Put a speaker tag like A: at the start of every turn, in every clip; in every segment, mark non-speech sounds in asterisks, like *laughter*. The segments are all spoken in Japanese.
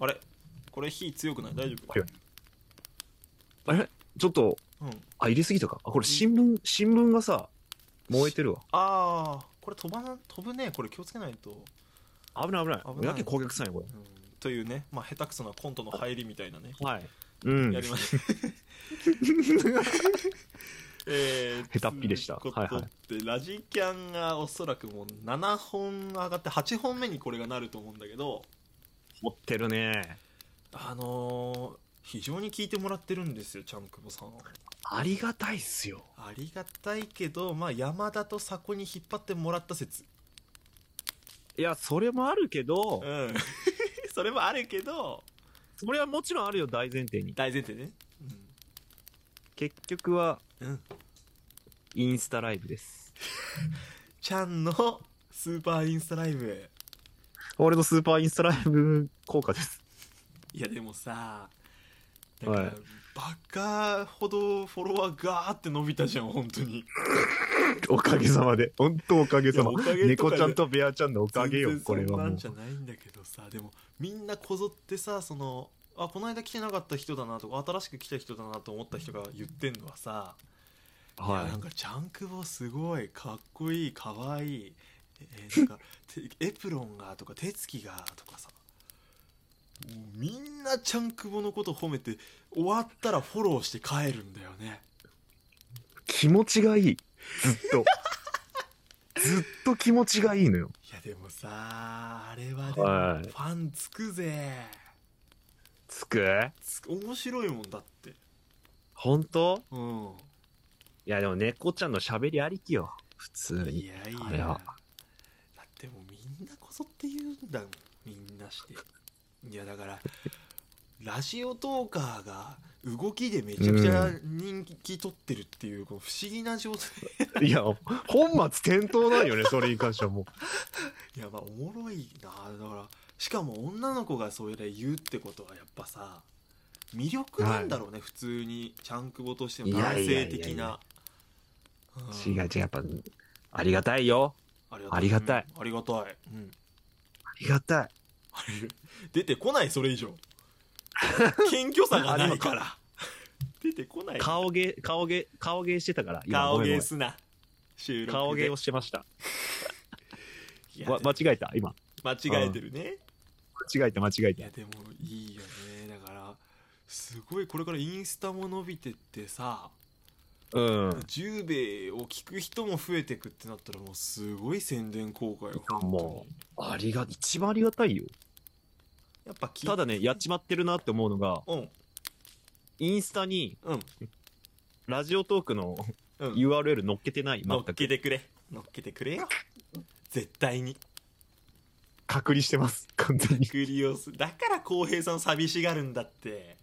A: あれこれ火強くない大丈夫
B: はいあれちょっと、
A: うん
B: あ、入れすぎたか。あ、これ新聞、新聞がさ、燃えてるわ。
A: ああこれ飛ばな飛ぶねこれ気をつけないと、
B: 危ない危ない。
A: 危ない
B: やけ攻撃さんよ、こ
A: うん、というねまあ下手くそなコントの入りみたいなね
B: れ。はい。うん。
A: やりま
B: *laughs*
A: した *laughs* えー、
B: 下手っぴでした
A: ということでラジキャンがおそらくもう7本上がって8本目にこれがなると思うんだけど
B: 持ってるね。
A: あのー非常に聞いてもらってるんですよちゃんくぼさん
B: ありがたいっすよ。
A: ありがたいけどまあ山田と佐古に引っ張ってもらった説
B: いや、それもあるけど
A: う、ん *laughs* それもあるけど
B: それはもちろんあるよ、大前提に。
A: 大前提ね
B: 結局は、
A: うん、うん、
B: インスタライブです。
A: ちゃんのスーパーインスタライブ
B: 俺のスーパーインスタライブ *laughs* 効果です。
A: いやでもさだから、
B: はい
A: バカほどフォロワーガーって伸びたじゃん本当に
B: おかげさまで。本当おかげさ
A: い
B: ま
A: やおか。げとかで
B: 猫ちゃんとベアちゃんのおかげよ
A: 全、然
B: これ
A: そん
B: は
A: な
B: も
A: ん
B: う。
A: じゃないんだけどさでもみんなこぞってさそのあこの間来てなかった人だなとか新しく来た人だなと思った人が言ってんのはさ、いやなん
B: は
A: かジャンクボすごいかっこいいかわいいえーなんかてエプロンがとか手つきがとかさもうみんなちゃんくぼのこと褒めて終わったらフォローして帰るんだよね
B: い。気持ちがいい。ずっ *laughs* と。ずっと気持ちがいいのよ。
A: いやでもさあれはでも
B: はい
A: ファンつくぜ
B: つく
A: つく面白いもんだって
B: 本当
A: うん
B: いやでも猫ちゃんの喋りありきよ。普通
A: い
B: に。
A: やい
B: あれ
A: や
B: は
A: だってもうみんなこぞって言うんだもんみんなしていやだ
B: *laughs*
A: からラジオトーカーが動きでめちゃくちゃ人気取ってるっていうこの不思議な状態
B: いや、本末転倒なんよね、それに関してはもう。
A: いやまあおもろいなだからしかも女の子がそれで言うってことはやっぱさ魅力なんだろうね、普通にちゃんくぼとしても
B: いやい
A: 男
B: やいや
A: 性
B: いや
A: 的な
B: 違う違う、やっぱ、ありがたいよ。
A: うん
B: ありがたい
A: うんありがたい、うん
B: ありがたい。
A: あれ *laughs* 出てこないそれ以上謙虚さがないから出てこない
B: 顔芸、顔芸、顔芸してたから。今
A: 顔
B: ごめんご
A: 芸
B: めん
A: すな収録で
B: 顔芸をしてました。
A: いや
B: わ間違えた、今。
A: 間違えてるね
B: 間違えた、間違え
A: い
B: た
A: や。でもいいよねだからすごいこれからインスタも伸びてってさ
B: うん。
A: 10兵衛を聞く人も増えてくってなったらもうすごい宣伝効果よ本当に
B: もう、ありが、一番ありがたいよ。
A: やっぱ聞い
B: ただね、やっちまってるなって思うのが、
A: うん
B: インスタに、
A: うん
B: ラジオトークの
A: うん
B: URL 載っけてない、
A: 乗
B: 全
A: っけ
B: く。
A: てくれ乗っけてくれよ絶対に
B: 隔離してます、完全に。
A: クリオスだから浩平さん寂しがるんだって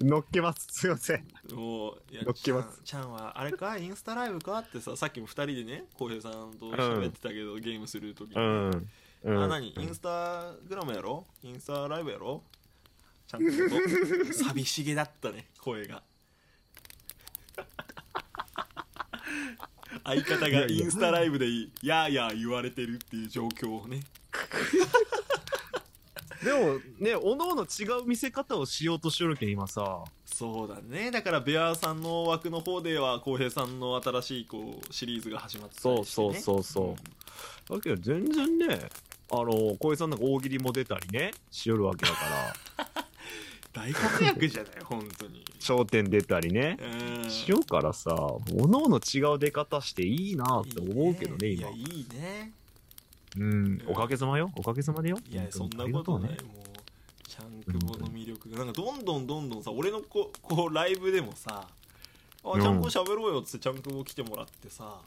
B: 載っけます、すいません。
A: もういや
B: 乗っけます
A: ちゃんちゃんはあれかインスタライブかってささっきも2人でね浩平さんと喋ってたけど、ゲームする時に、
B: うん。うん
A: あ何インスタグラムやろインスタライブやろちゃんと言う
B: *laughs*
A: と寂しげだったね声が相方がインスタライブでいいやーやー言われてるっていう状況をね
B: でもね、おのおの違う見せ方をしようとしてるけん、今さ。
A: そうだねだからベアさんの枠の方では浩平さんの新しいこうシリーズが始まったりして、ね、
B: そうそうそうそう。だけど全然ね、あの、小江さんなんか大喜利も出たりね、しよるわけだから、
A: 大活躍じゃない *laughs* 本当に
B: 焦点出たりね
A: う、ん
B: しようからさ、おのおの違う出方していいなって思うけどね、
A: いい
B: 今。
A: いやいいね
B: うん、おかげさまよ、おかげさまでよ。
A: いやそん
B: 本当
A: な
B: にありが
A: こと
B: う
A: ない、もうちゃんくぼの魅力がなんかどんどんどんどんさ俺のここうライブでもさあ
B: うん
A: ちゃんこ喋ろうよっつってちゃんくぼ来てもらってさ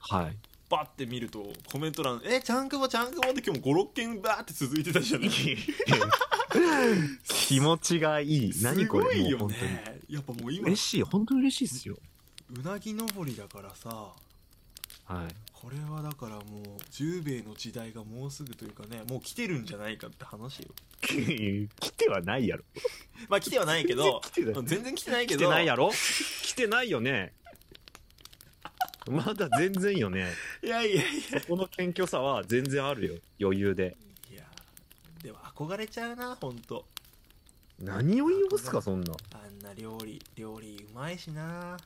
B: はい。
A: バッて見るとコメント欄「えちゃんくぼちゃんくぼ」って今日も56件バーって続いてたじゃない *laughs*
B: 気持ちがいい。何こ
A: すご
B: れ
A: い
B: も
A: よ
B: う本当に
A: ねやっぱもう今
B: 嬉しい、本当に嬉しいですよ。
A: うなぎ登りだからさ
B: はい。
A: これはだからもう十兵衛の時代がもうすぐというかねもう来てるんじゃないかって話よ
B: *laughs* 来てはないやろ。
A: まあ来てはないけど *laughs*
B: 来てない
A: 全然来てないけ
B: 来
A: ど
B: てないやろ来てないよね。まだ全然よね。
A: いやいやいや
B: この謙虚さは全然あるよ。余裕で。
A: いやでも憧れちゃうな本当
B: 何を言いますか、そんな。
A: あんな料理料理うまいしな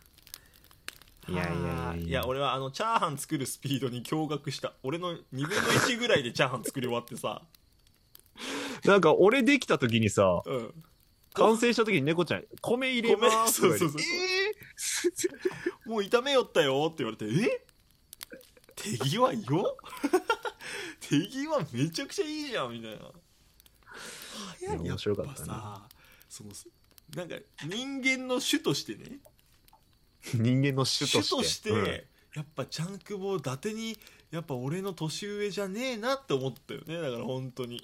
A: い
B: やいやいやいや
A: はあいや俺はあのチャーハン作るスピードに驚愕した俺の2分の1ぐらいでチャーハン作り終わってさ、
B: なんか、俺できた時にさ、
A: うん、
B: 完成した時に猫ちゃん、米入れますとか言っ
A: そう
B: て。
A: そうそうもう炒めよったよって言われてえ手際よ *laughs* 手際めちゃくちゃいいじゃんみたいな早い
B: いや
A: や
B: 面
A: っ
B: 白か
A: ぱ
B: ったね
A: さそのなんか人間の種としてね
B: えー人間の種として。
A: 主として、
B: うん
A: やっぱチャンクボ伊達にやっぱ俺の年上じゃねえなって思ったよねだから本当に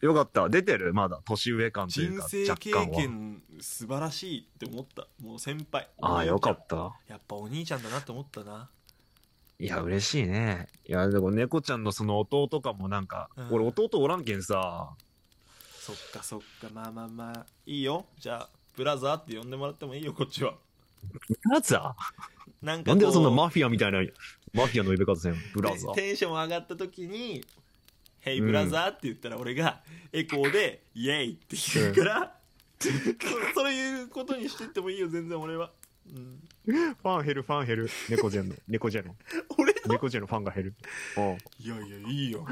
B: よかった。出てるまだ。年上感とい
A: 人
B: うか、
A: 生
B: 若
A: 経
B: 干は。
A: 験素晴らしいって思ったもう先輩
B: ああ、よかった。
A: やっぱお兄ちゃんだなって思ったない
B: や、嬉しいね。いや、でも猫ちゃんのその弟かもなんか、
A: うん
B: 俺弟おらんけんさ、
A: そっかそっかまあまあまあいいよじゃあブラザーって呼んでもらってもいいよこっちは
B: ブラザ
A: なん
B: ー
A: か
B: なんで
A: こう
B: そんなマフィアみたいな、マフィアの呼び方せんブラザ
A: テ
B: ー。
A: ンテンション上がった時に「ヘイブラザー」って言ったら俺がエコーで「イエイ!」って言うから、 *laughs* そそういうことにしてってもいいよ全然俺は、うん、
B: ファン減る、ファン減る。猫ちゃんの、猫ちゃんの、
A: 俺
B: 猫ちゃんのファンが減る。うん。
A: いやいやいいよ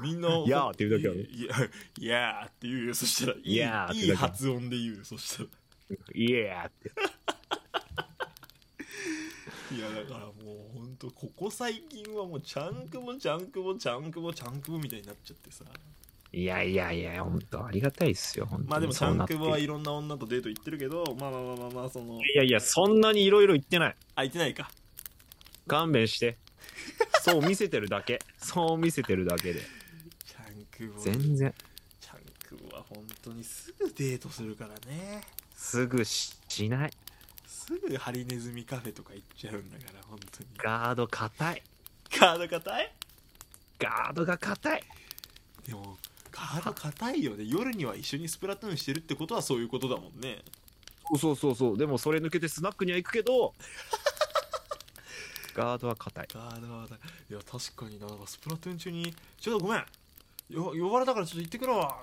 A: みんな「
B: い *laughs* やーって言うだけだろ
A: いやいやーって言うよそしたらいい
B: いやーって
A: い
B: 言うだけ
A: い発音で言うよそしたら
B: イエーって。
A: いやだからもうほんとここ最近はもうちゃんくぼちゃんくぼちゃんくぼちゃんくぼみたいになっちゃってさ
B: いやいやいや、本当ありがたいっすよ、本当
A: まあでもちゃんくぼは
B: はい
A: いろんな女とデート行ってるけどまあまあまあまあまあその
B: やいや、そんなにいろいろ言ってない。
A: 空いてないか
B: 勘弁して。そう見せてるだけ。 *laughs* そう見せてるだけで。
A: ちゃんくぼ
B: 全然。
A: ちゃんくぼは本当にすぐデートするからね
B: すぐししない。
A: すぐハリネズミカフェとか行っちゃうんだから本当に
B: ガード硬い。
A: ガード硬い
B: ガードが硬い。
A: でもガード硬いよね夜には一緒にスプラトゥーンしてるってことはそういうことだもんね
B: そうそうそうそう。でもそれ抜けてスナックには行くけど、 *laughs* ガードは硬い。
A: ガードはだいや確かにななんかスプラトゥーン中に「ちょっとごめんよ呼ばれたからちょっと行ってくるわ」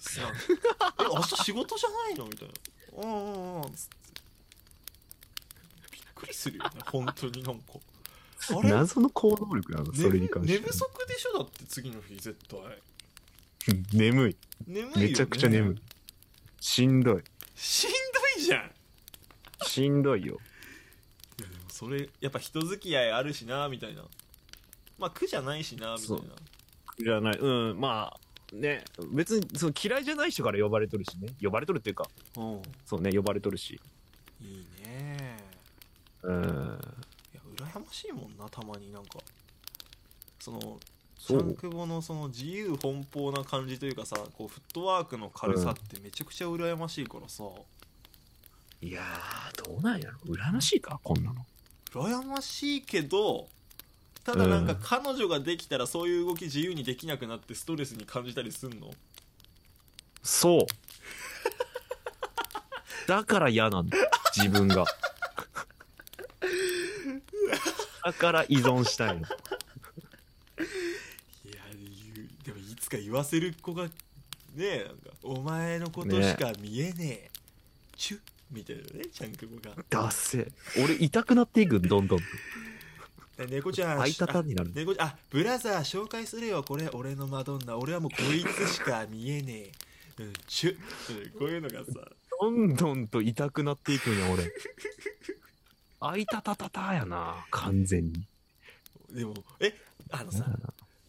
A: つってえ明日仕事じゃないの?」みたいな「うんうんうん」つってびっくりするよね本当になんかあれ
B: 謎の行動力なの、それに関して
A: 寝。不足でしょだって次の日絶対
B: 眠い。
A: 眠いよ、ね、
B: めちゃくちゃ眠い。しんどい。
A: しんどいじゃんい
B: しんどいよ。
A: やでもそれやっぱ人付き合いあるしなみたいなまあ苦じゃないしなみたい
B: そ
A: な
B: うじゃない。うん、まあ、ね、別にその嫌いじゃない人から呼ばれとるしね。呼ばれとるっていうか、
A: うん
B: そうね、呼ばれとるし。
A: いいね
B: うん。
A: いや羨ましいもんなたまになんかそのシ
B: そう
A: ャンクボのその自由奔放な感じというかさこうフットワークの軽さってめちゃくちゃ羨ましいからさ、
B: いやー、どうなんやろ羨ましいかこんなの。
A: 羨ましいけどただなん
B: う
A: か
B: ん
A: 彼女ができたらそういう動き自由にできなくなってストレスに感じたりすんの
B: そう。 *laughs* だから嫌なんだ。自分 *laughs* が。だから依存した
A: い
B: いの。
A: や言うでもいつか言わせる子がねえなんかお前のことしか見えねえチュッみたいなねちゃんくぼが
B: ダッセえ。俺痛くなっていく、どんどん。
A: で猫ちゃん
B: 相たたんになる
A: あ猫ちゃんあブラザー紹介するよこれ俺のマドンナ俺はもうこいつしか見えねえ、うん、チュッうんこういうのがさ
B: どんどんと痛くなっていくんや、 *laughs* 俺。あいたたたたやな、完全に。
A: でもえあのさ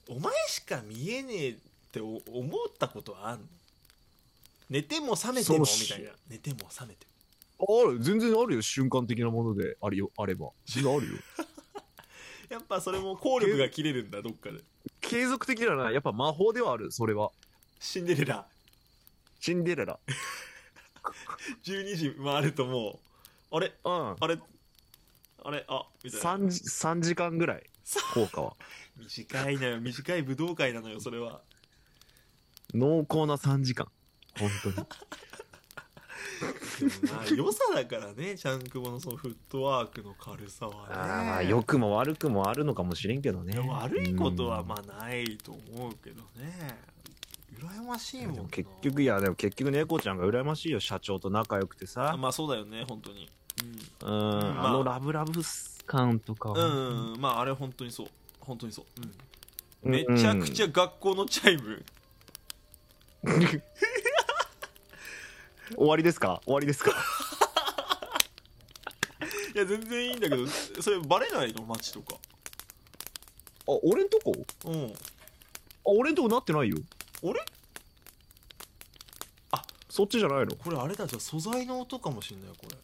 A: お前しか見えねえってお思ったことはあんの寝ても覚めても
B: そう
A: み
B: した
A: いな寝ても覚めても
B: ある、全然あるよ、瞬間的なもので、あるよ、あれば。全然あるよ。
A: やっぱそれも効力が切れるんだどっかで
B: *laughs* 継続的だな、やっぱ魔法ではある、それは。
A: シンデレラ
B: シンデレラ。
A: 12時回るともうあれ
B: うん。
A: あれあれあみたいな
B: 3, 3時間ぐらい
A: さ
B: 効果は
A: 短いのよ短い武道会なのよそれは
B: 濃厚な3時間本
A: *laughs*
B: 当に
A: でもまあ良さだからねちゃんくぼのそのフットワークの軽さはね
B: ああまあ良くも悪くもあるのかもしれんけどね
A: でも悪いことは
B: うん
A: まあないと思うけどね羨ましい
B: で
A: もんな
B: も結局いやでも結局猫ちゃんが羨ましいよ社長と仲良くて
A: あ
B: さ
A: まあそうだよね本当に
B: うん、
A: あ
B: あのラブラブ感とか
A: う
B: は
A: ん、うんまああれ本当にそう本当にそう、うん、めちゃくちゃ学校のチャイム、 *laughs*
B: 終わりですか終わりですか
A: いや全然いいんだけどそれバレないの街とか
B: あ俺んとこ
A: うん
B: あ俺んとこなってないよ
A: あれあ
B: そっちじゃないの
A: これあれだじゃあ素材の音かもしんないこれ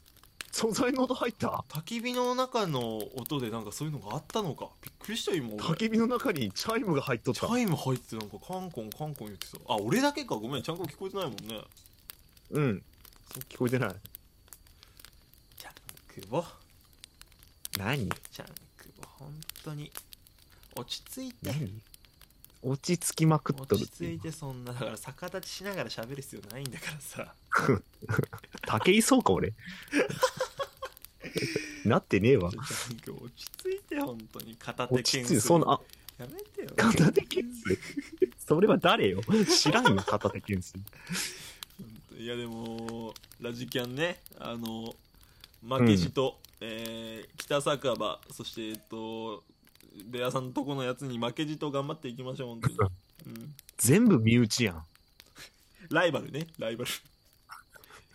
B: 素材の音入った
A: 焚き火の中の音でなんかそういうのがあったのかびっくりしたよ今
B: 焚
A: 俺
B: き火の中にチャイムが入っとっ
A: チ
B: た
A: ャイム入ってなんかカンコンカンコン言ってたあ俺だけかごめんちゃんと聞こえてないもんね
B: うん聞こえてない
A: ちゃんくぼ
B: 何
A: ちゃんくぼ本当に落ち着いて
B: 何落ち着きまくっとる
A: 落ち
B: って
A: 着
B: い
A: いうてそんなだから逆立ちしながら喋る必要ないんだからさ
B: 竹井そう
A: *laughs*
B: か俺なってねえわ
A: ちょちゃんくぼ落ち着いて本当に片手
B: 落ち
A: 剣
B: 着いてそんなあ
A: やめてよ
B: 片手剣水それは誰よ知らんよ片手剣水
A: いやでもラジキャンねあの負けじと、えー北酒場そしてえっとベアさんのとこのやつに負けじと頑張っていきましょう本当に、うん、
B: 全部身内やん
A: ライバルねラ
B: *laughs*
A: イバル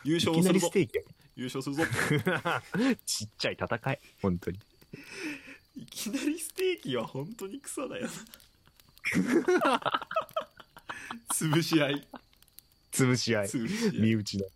A: 優
B: い
A: 勝
B: きな
A: する
B: り
A: ぞ
B: ステーキやん
A: 優勝するぞ
B: *laughs* ちっちゃい戦い本当に
A: いきなりステーキは本当に草だよな潰し合い
B: *laughs* 潰し合い
A: 潰し合い
B: 身内の